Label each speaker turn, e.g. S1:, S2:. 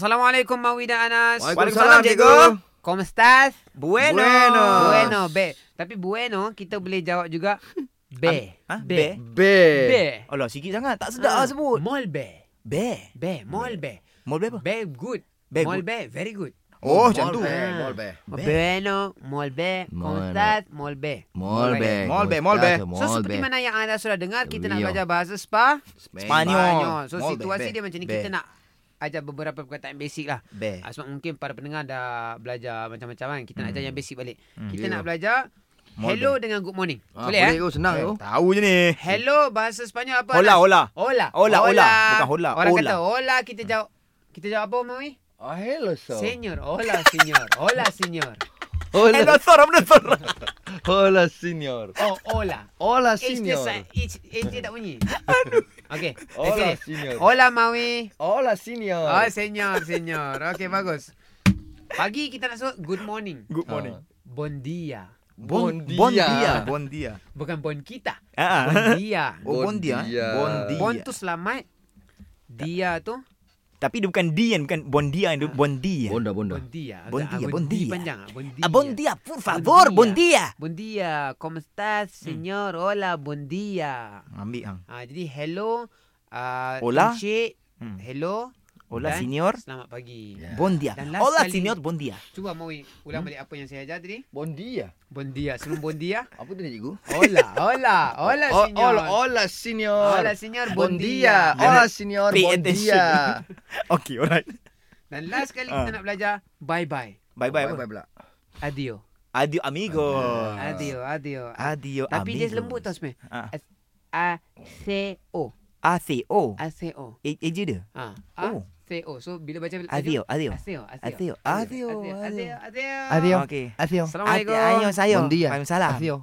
S1: Assalamualaikum Mawi dan Anas.
S2: Waalaikumsalam, cikgu.
S1: Como estás? Bueno.
S2: Buenos.
S1: Bueno, be. Tapi bueno kita boleh jawab juga be.
S3: Ha? Be.
S2: Be.
S1: Be.
S3: Alah, sikit sangat.
S1: Ah.
S3: Tak sedap lah sebut.
S1: Mall be.
S3: Be.
S1: Be, mall be.
S3: Mall be apa?
S1: Be good.
S3: Be
S1: mall
S3: good.
S1: be very good.
S3: Oh, macam tu.
S1: Be.
S2: Mall be.
S3: Be.
S1: Bueno, mall be. Como
S4: Mall be.
S1: estás? Mall be.
S4: Mall bag.
S3: Mall bag, mall bag.
S1: So seperti mana yang anda sudah dengar kita nak
S4: Rio.
S1: belajar bahasa spa
S3: Spanyol.
S1: Spanyol. Eh, So
S3: Mall be,
S1: situasi
S3: be,
S1: dia macam ni
S3: be.
S1: kita nak ajar beberapa perkataan basic lah.
S3: Be.
S1: Ah, Sebab mungkin para pendengar dah belajar macam-macam kan. Kita nak ajar yang basic balik. Kita nak belajar
S3: Hmm. Mall
S1: hello dengan good morning.
S4: Ah,
S1: boleh eh?
S4: Boleh tu, senang tu.
S3: Tahu je ni.
S1: Hello bahasa Sepanyol apa? Anas?
S3: Hola, hola.
S1: Hola.
S3: Hola, hola. Bukan hola,
S1: Orang
S3: hola.
S1: kata hola kita jawab. Kita jawab apa Mami?
S4: Oh, hello sir.
S1: Senior. Hola senior. Hola senior. Eh,
S4: Hola,
S3: Hello, sorry, benar, sorry.
S4: hola senior.
S1: Oh, hola.
S4: Hola
S1: H dia
S4: senior.
S1: sa- H, H dia tak bunyi. Okey.
S4: Hola
S1: let's say.
S4: senior.
S1: Hola Mawi.
S4: Hola senior.
S1: Oh, senior, senior. Okey, bagus. Pagi kita nak sebut good morning.
S4: Ah.
S3: Good morning.
S1: Bon Ah. dia.
S4: Bon dia.
S3: Bon dia. Bon dia.
S1: Bukan bon kita.
S3: Ah.
S1: Bon dia.
S3: Oh, bon dia. eh?
S4: Bon dia.
S3: Bon
S1: Bon
S3: dia.
S1: tu selamat. Dia tu
S3: Tapi dia bukan D kan, bukan bon dia, dia bon dia.
S4: Bonda, bonda.
S1: bon dia.
S3: Bon
S1: Ah,
S3: dia,
S1: bon
S3: bon
S1: di
S3: dia.
S1: Panjang. ah, Bon dia.
S3: Ah, bon dia, por favor, bon dia. Hmm.
S1: Bon dia. Como estás, señor? Hola, bon dia.
S3: Ambil hang.
S1: Ah, jadi hello. ah,
S3: Hola.
S1: Encik.
S3: Hmm.
S1: Hello.
S3: Hola,
S1: dan
S3: senior.
S1: Selamat pagi.
S4: Ya.
S3: Bon dia.
S1: Dan last
S3: Hola,
S1: kali-
S3: senior, bon dia.
S1: Cuba Mawi ulang
S3: Hmm.
S1: balik apa yang saya ajar tadi.
S4: Bon dia.
S1: Bon dia. Sebelum bon dia.
S4: Apa tu ni cikgu?
S1: Hola, hola, hola
S4: Oh,
S1: señor.
S4: Hola, hola senior.
S1: Hola, señor. Bon
S4: Bon dia.
S1: dia.
S4: Hola senior.
S3: Pay
S4: Bon
S3: attention.
S4: dia.
S3: Okay, alright.
S1: Dan last kali kita
S3: Ah.
S1: nak belajar bye-bye.
S3: Bye-bye.
S4: Bye-bye pula.
S1: Adio.
S3: Adio, amigo.
S1: Adio, adio.
S3: Ah. Adio, amigo.
S1: Tapi dia lembut tau sebenarnya.
S3: Ah.
S1: A C O.
S3: A-C-O.
S1: A C O.
S3: Eh, eh je dia?
S1: Ah, A
S3: Oh.
S1: C O. So bila baca
S3: Adio, adio.
S1: Adio. Adio.
S3: Adio,
S1: Adio.
S3: adio.
S1: Adio. Adio.
S4: Adio.
S3: Okay.
S1: Ah,
S4: Adios.
S1: Assalamualaikum.
S3: Adio, saya.
S4: Bon dia.
S3: Waalaikumsalam.
S4: Adios.